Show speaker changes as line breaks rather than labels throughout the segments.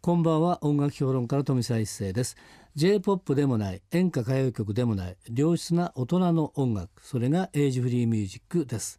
こんばんは音楽評論家の富澤一世です J-POP でもない演歌歌謡曲でもない良質な大人の音楽それがエイジフリーミュージックです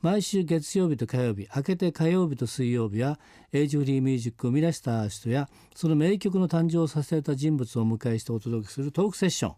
毎週月曜日と火曜日明けて火曜日と水曜日はエイジフリーミュージックを生み出した人やその名曲の誕生をさせた人物をお迎えしてお届けするトークセッション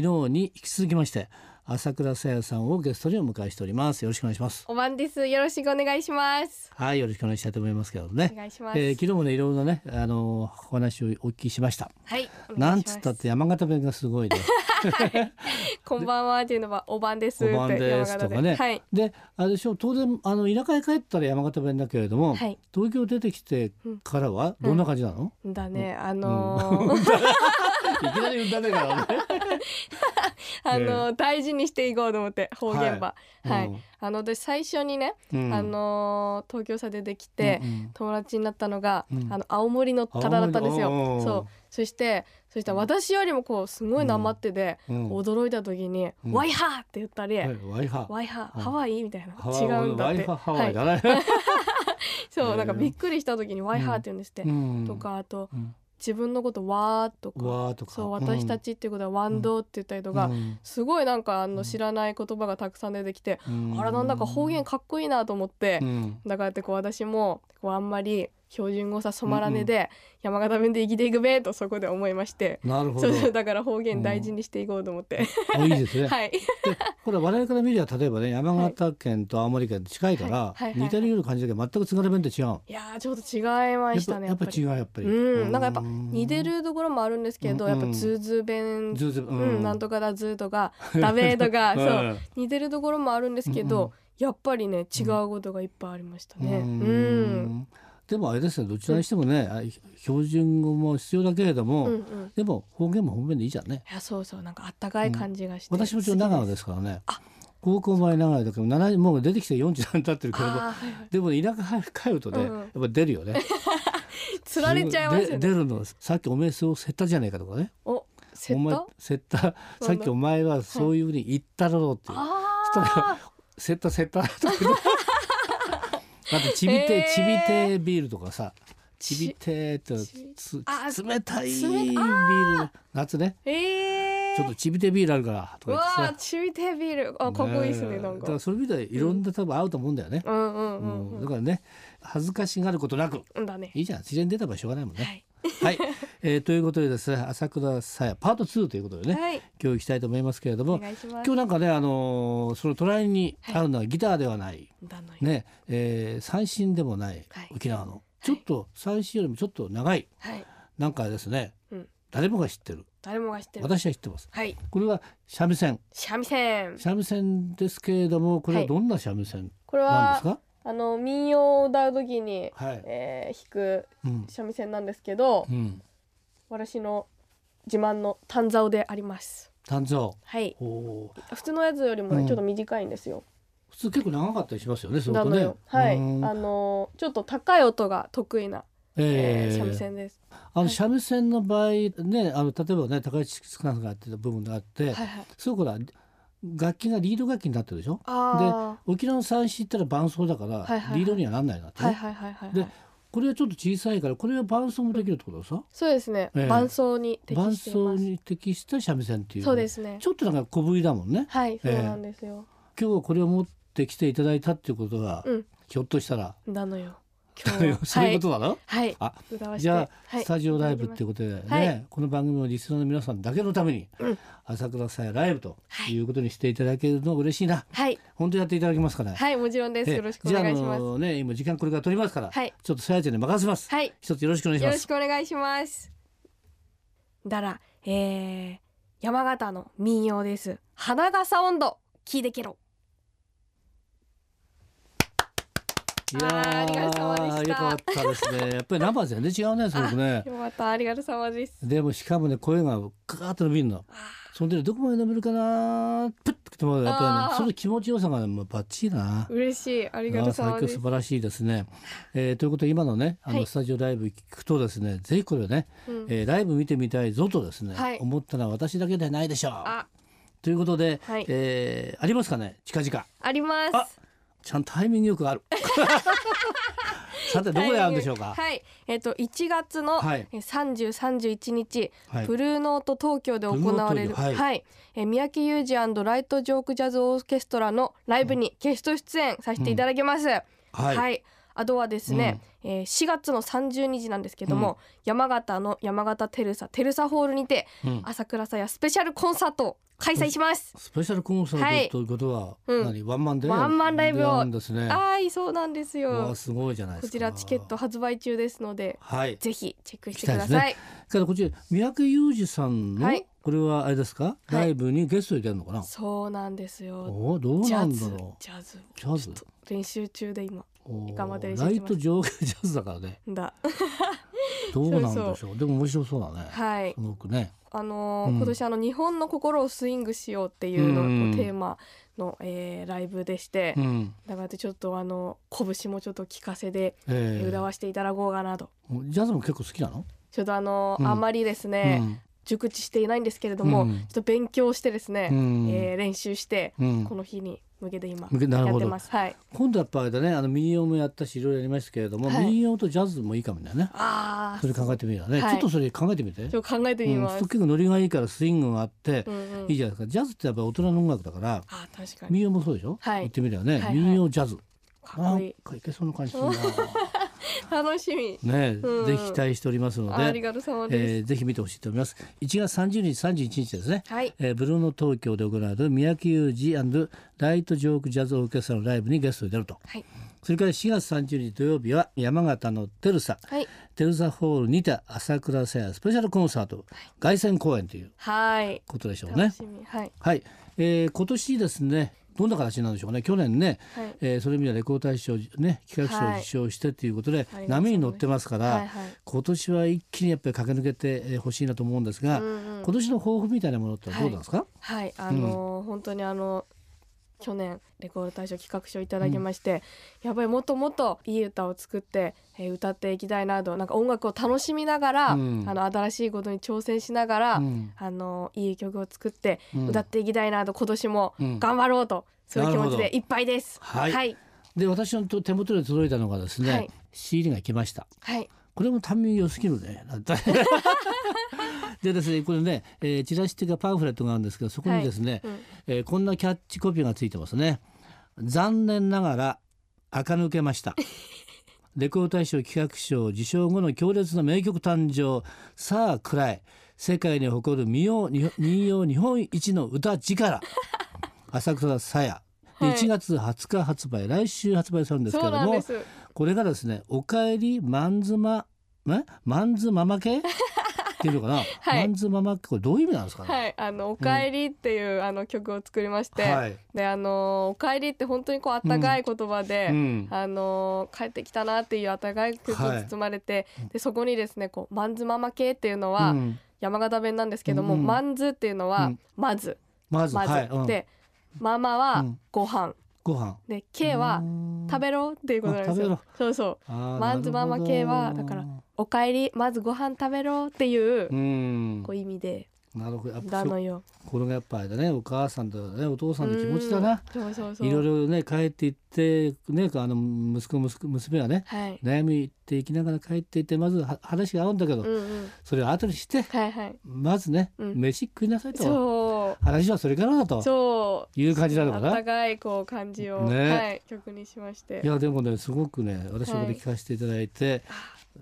昨日に引き続きまして朝倉さやさんをゲストにお迎えしておりますよろしくお願いします
おまんです。よろしくお願いします。
はいよろしくお願いしたいと思いますけど
お
ね
願いします。
えー、昨日もねいろんなねあのーお話をお聞きしました
はい。お
な
願い
ん
し
つ
ます
ったって山形弁がすごいね
こんばんはっていうのはおばん です。
おばんですとかね
はい。
であれでしょ当然あの田舎へ帰ったら山形弁だけれども、
はい。
東京出てきてからはどんな感じなの、
だね、あのー
いきなり言ったねからね
あのー大事にしていこうと思って方言ば。 はい。
うん
あの私最初にね、
うん
あのー東京さ出てきて。
うんうん
友達になったのが、
うん
あの青森のただだったんですよ
青森のおー
そうそしてそしたら私よりもこうすごいなまってで、
うん
驚いた時に「
うん
ワイハー!」って言ったり
はいワイハ
「ワイハーハワイ?」みたいな
ハワイ
違うんだっ
ワイ
て
ハハ
は
ワイ
い
だね、
そ
えー
うなんかびっくりした時に「ワイハー」って言うんですって、
うん
とかあと
うん
自分のこと「わ」ーとか
わーとか
そう私た
と
ちってことは「ワンド」って言ったりとか、すごいなんかあの知らない言葉がたくさん出てきて、あらなんだか方言かっこいいなと思って、だからってこう私もこうあんまり標準語さ染まらねで、山形弁で生きていくべとそこで思いまして。
なるほ
そ
ど
うそうだから方言大事にしていこうと思って、
あいいですね、
はい
でこれ我々から見れば例えばね山形県と青森県って近いから、
はいはいはいはい
似てるような感じだけど全く津軽弁って違うやっ
いやーちょっと違いまし
ぱ
たね
やっぱ違うやっぱり
うんなんかやっぱ似てるところもあるんですけど、
うん
やっぱズーズー弁
ずずう
うん、なんとかだずーと かダメーとかそう似てるところもあるんですけど、
うん
やっぱりね違うことがいっぱいありましたね。うん、
んでもあれですねどちらにしてもねあ標準語も必要だけれども、
うん、うん。
でも方言も方言でいいじゃんね
いやそうそうなんかあったかい感じがして、
私も一応長野
好き
ですからね高校前長野だけど7もう出てきて40年経ってるけれど
あーはいはい
でもね田舎帰るとね、
うんうん
やっぱ出るよ ね
つられちゃいますよ
で
ね。
出るのさっきおめえそうせったじゃないかとかね
おセ
お
ッ
前
ト？
セッタ ー
だ
さっきお前はそういうふうに言ったろうっていう、
あ
そした
あ
らセッターセッター とか言ってあとちびて、
へー
ちびてビールとかさち
ち
びてと
ち
つ
あ
つ冷たいビ
つめ
ール夏ね
ーええー。
ちょっとちびてビールあるからとか
わ
言ってさ
あチビテビールあかっこいいですね
え
なん
だ
か。
からそれみたいいろんな多分合うと思うんだよね、
うんうん
う
うんん
だからね恥ずかしがることなく
うん。だね。
いいじゃん自然に出た場合しょうがないもん
は
ね
い
はい、えーということでですね朝倉さやパート2ということでね、
はい
今日行きたいと思いますけれど
お
も
願いします
今。日なんかね、あのーその隣に
はい
あるのはギターではない、
だのよ
ねえー最新でもない
はい
沖縄の、ちょっと最新よりもちょっと長い
はい
なんかですね、
うん
誰もが知ってる
誰もが知ってる。
私は知ってます
はい
これは三味線
三味線。
三味線ですけれどもこれはどんな三味線
これ
なんで
は
すか、
あの民謡を歌う時に、
はい、
えー、弾く
うん、
三味線なんですけど、
うん、
私の自慢の短竿であります。
単調
はい。
おおー
普通のやつよりもね、
うん
ちょっと短いんですよ。
普通結構長かったりしますよねすご
な
く
の
ね
よ。はい。あ
うん
のーちょっと高い音が得意な、え
え
ー
ー
三味線です。
あ
は
の
い
三味線の場合ねあの例えばね高市塚さんがやってた部分があって、
はいはい。
そうほら楽器がリード楽器になってるでしょ
あ
沖縄の三振ってのは伴奏だから、
はいはい
リードにはなんないなって
あ。
ね、
はいはいはいはいはい、
でこれはちょっと小さいからこれは伴奏もできるってことでさ、
そうですね、
ええ
伴奏に適
伴
してい
奏
ます。
に適した三味線っていう
そうですね。
ちょっとなんか小ぶりだもんね
はい、
え
そ
え
うなんですよ。
今日はこれを持ってきていただいたっていうことが、
うん
ひょっとしたら、
なのよ。今日は
そういうことなの、
はい。
あ
はい、歌わせて
じゃあ、
はい
ス、タジオライブっていうことでね、
はい
この番組のリスナーの皆さんだけのために、
うん
朝倉さんライブということにしていただけるの嬉しいな
はい、
本当にやっていただけますから、
はい、もちろんです。
ええ
よろしくお願いし
じゃあ、
ま
あ
す。
のね、今時間これから取りますから、
はい
ちょっとさやちゃんに任せます。
はい、
一つよろしくお願いし
よ
ま
ろ
す
し。くお願いします。だら、えー、山形の民謡です。花笠音頭、聞いてけろ。
い
くお願いしますあーありがとうございました
よかったですね。やっぱり生全然違うね、すごくね。
よかった、ありがとうさまです。
でもしかもね、声がガーッと伸びるの。その時どこまで伸びるかなプッとまでやっぱり
あ
ね、
ー
その気持ちよさがね、もうバッチリだな。
嬉しい、ありが
あ
と
ー
うさ
最
ま
強
です
素。晴らしいですね。えーということで今のねあ
は
の
い
スタジオライブ聞くとですね、ぜひこれをね、
うん
えーライブ見てみたいぞとですね、
はい
思ったのは私だけではないでしょう。
あ、
ということで、
はい
えーありますかね近々。
あります。
ちゃんとタイミングよくあ るさてどこで会うんでしょうか
はいえっ、と1月の
はい
三十三十一日、
はい
ブルーノート東京で行われる
ブルーノート東京はい
えー三宅裕二ライトジョークジャズオーケストラのライブにゲスト出演させていただきます、
はい、
あとはですね、えー4月の30日なんですけども、山形の山形テルサテルサホールにて
うん
朝倉さんやスペシャルコンサートを開催します、
スペシャルコンサ
は
ー
い
トということは、
うん
何ワンマンで
ワンマンライブを
でやるんですね
あーいそうなんです
わ
よ
あすごいじゃないで
こ
すか
ちらチケット発売中ですので
はい
ぜひチェックしてください、
からこっちら三宅裕二さんの、
はい
これはあれですか
い
ライブにゲストで出るのかな、
そうなんですよ
おおどう
ジ
な
ャ
んだ
ズ
ろ
ジャズ
うジャズ
ちょっと練習中で今
おー
頑張って練習し
ラ
て
イ
ます
ト上下ジャズだからね
だ
どうなんでしょう
そう
でも面白そうだね、
はい
すごくね
あのー
うん
今年あの日本の心をスイングしようっていうの
うん
をテーマの、えーライブでして、
うん
だからちょっとあの拳もちょっと聞かせで
ええ
歌わしていただこうかなと、
ジャズも結構好きなの、
ちょっとあの、
うん
あまりですね、熟知していないんですけれども、
うん
ちょっと勉強してですね、
うん
えー練習して、
うん
この日に向けて今
向けなる
や
ほ
っ
ど
てますはい
今度やっぱあれだねあの民謡もやったしいろいろやりましたけれども、
はい
民謡とジャズもいいかもだね
あ
それ考えてみるね、
はい
ちょっとそれ考えてみて
あちょっと考えてみ
うん、
ま
そう
す、
結構ノリがいいからスイングがあって、
うんうん
いいじゃないですかジャズってやっぱ大人の音楽だから
あー確かに
民謡もそうでしょ、
はい
言ってみればね、
はいはい
民謡ジャズ
かっこいい
なんかいけそうな感じするな
楽しみ
ね、
うん
ぜひ期待しておりますの
あ
で、
りがとうさまです、
えーぜひ見てほしいと思います1月30日31日ですね、
はい
えーブルーノ東京で行われる三宅裕二ライトジョークジャズオーケストラのライブにゲストで出ると
はい
それから4月30日土曜日は山形のテルサ
はい
テルサホールにて朝倉聖也スペシャルコンサート凱旋公演という
はい
ことでしょう
楽
ね
しみはい
はい、えー今年ですねどんな形なんでしょうね去年ね、
はい
えーそれ見ればレコード大賞ね企画賞を
はい
受賞してということで、
ありがとうございます
波に乗ってますから、
はいはい
今年は一気にやっぱり駆け抜けてほしいなと思うんですが、
うんうん
今年の抱負みたいなものってどうなんですか、
はい、あのー本当にあの去年レコード大賞企画書いただきまして、やっぱりもっともっといい歌を作って、えー歌っていきたいなとなんか音楽を楽しみながら、
うん
あの新しいことに挑戦しながら、
うん
あのーいい曲を作って
うん
歌っていきたいなと今年も
うん
頑張ろうと、そういう気持
な
ち
るほど
でいっぱいです。
はい
はい、
で私の手元で届いたのがですね、
はい
仕入れが来ました
はい
これも単品良すぎるねなんて でですねこれね、えーチラシっていうかパンフレットがあるんですけどそこにですね、
うん
えーこんなキャッチコピーがついてますね残念ながら垢抜けましたレコード大賞企画賞受賞後の強烈な名曲誕生さあ暗い世界に誇る民謡日本民謡日本一の歌力浅草さやで
はい
1月20日発売、来週発売されるんですけれ
そう
ど
なん
も
です。
これがですね「おかえりマンズマ」え「マンズママ 系」っていうのかな、
はい
マンズママ系これどういう意味なんですかね、
はい、あのおかえりっていう、あの曲を作りまして、
はい
であのーおかえりって本当にこうあったかい言葉で、
うん
あのー帰ってきたなっていう温かい空気に包まれて、でそこにですねこうマンズママ系っていうのは
うん
山形弁なんですけども、
うん
マンズっていうの
う
は
ん
まず、
まず
まず、
はいうん
でママ
う
は
ん
ご飯
ご飯
で系は食べろっていうことなんです
あ
よ。そうそうマ
マ
ンズママ系はだからおかえりまずご飯食べろっていう
う,、ん
こう意味で
なるほどやっぱ
だのよ。
これがやっぱあれだねお母さんとねお父さんの気持ちだな
うん。そうそうそう。
いろいろね帰っていってねあの息子息子娘はね
はい。
悩みっていきながら帰っていってまずは話が合うんだけど、
うんうん。
それを後にして
はいはい。
まずね、
うん
飯食いなさいと
そ
話はそれからだと
う。そう。
いう感じなのか
あっ
な
た。かいこう感じを、
ね
はい、曲にしまして
いやでもねすごくね私もこ
は
れ
い
聞かせていただいて、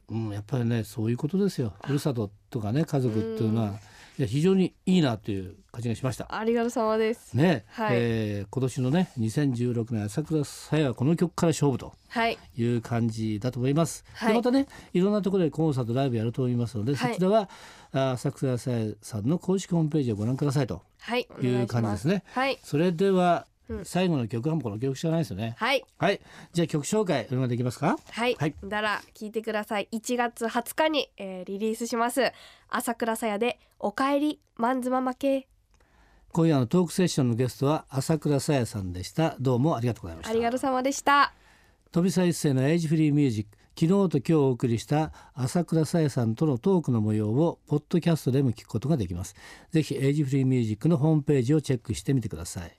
うん、やっぱりねそういうことですよふるさととかね家族っていうのは、いや非常にいいなという感じがしました。
ありがとうさまです、
ね、
はい
えー今年のね2016年朝倉さやはこの曲から勝負と
はい
いう感じだと思います。
はい
でまたねいろんなところでコンサートライブやると思いますので、
はい
そちらはあ朝倉さやさんの公式ホームページをご覧くださいと
はいお
い
願
う
いし
感じ
ま
です
す
ね。
はい
それでは、
うん
最後の曲はもうこの曲しかないですよね。
はい
はい、じゃあ曲紹介お願いできますか。
はい、
はい
だら聞いてください1月20日に、えー、リリースします朝倉さやでおかえりマンズママ系
今夜のトークセッションのゲストは朝倉さやさんでした。どうもありがとうございました。
ありがとうさまでした
飛び一世のエイジフリーミュージック。昨日と今日お送りした朝倉さやさんとのトークの模様をポッドキャストでも聞くことができます。ぜひエイジフリーミュージックのホームページをチェックしてみてください。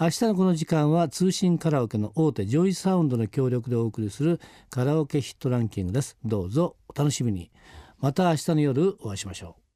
明日のこの時間は通信カラオケの大手ジョイサウンドの協力でお送りするカラオケヒットランキングですどうぞお楽しみにまた明日の夜お会いしましょう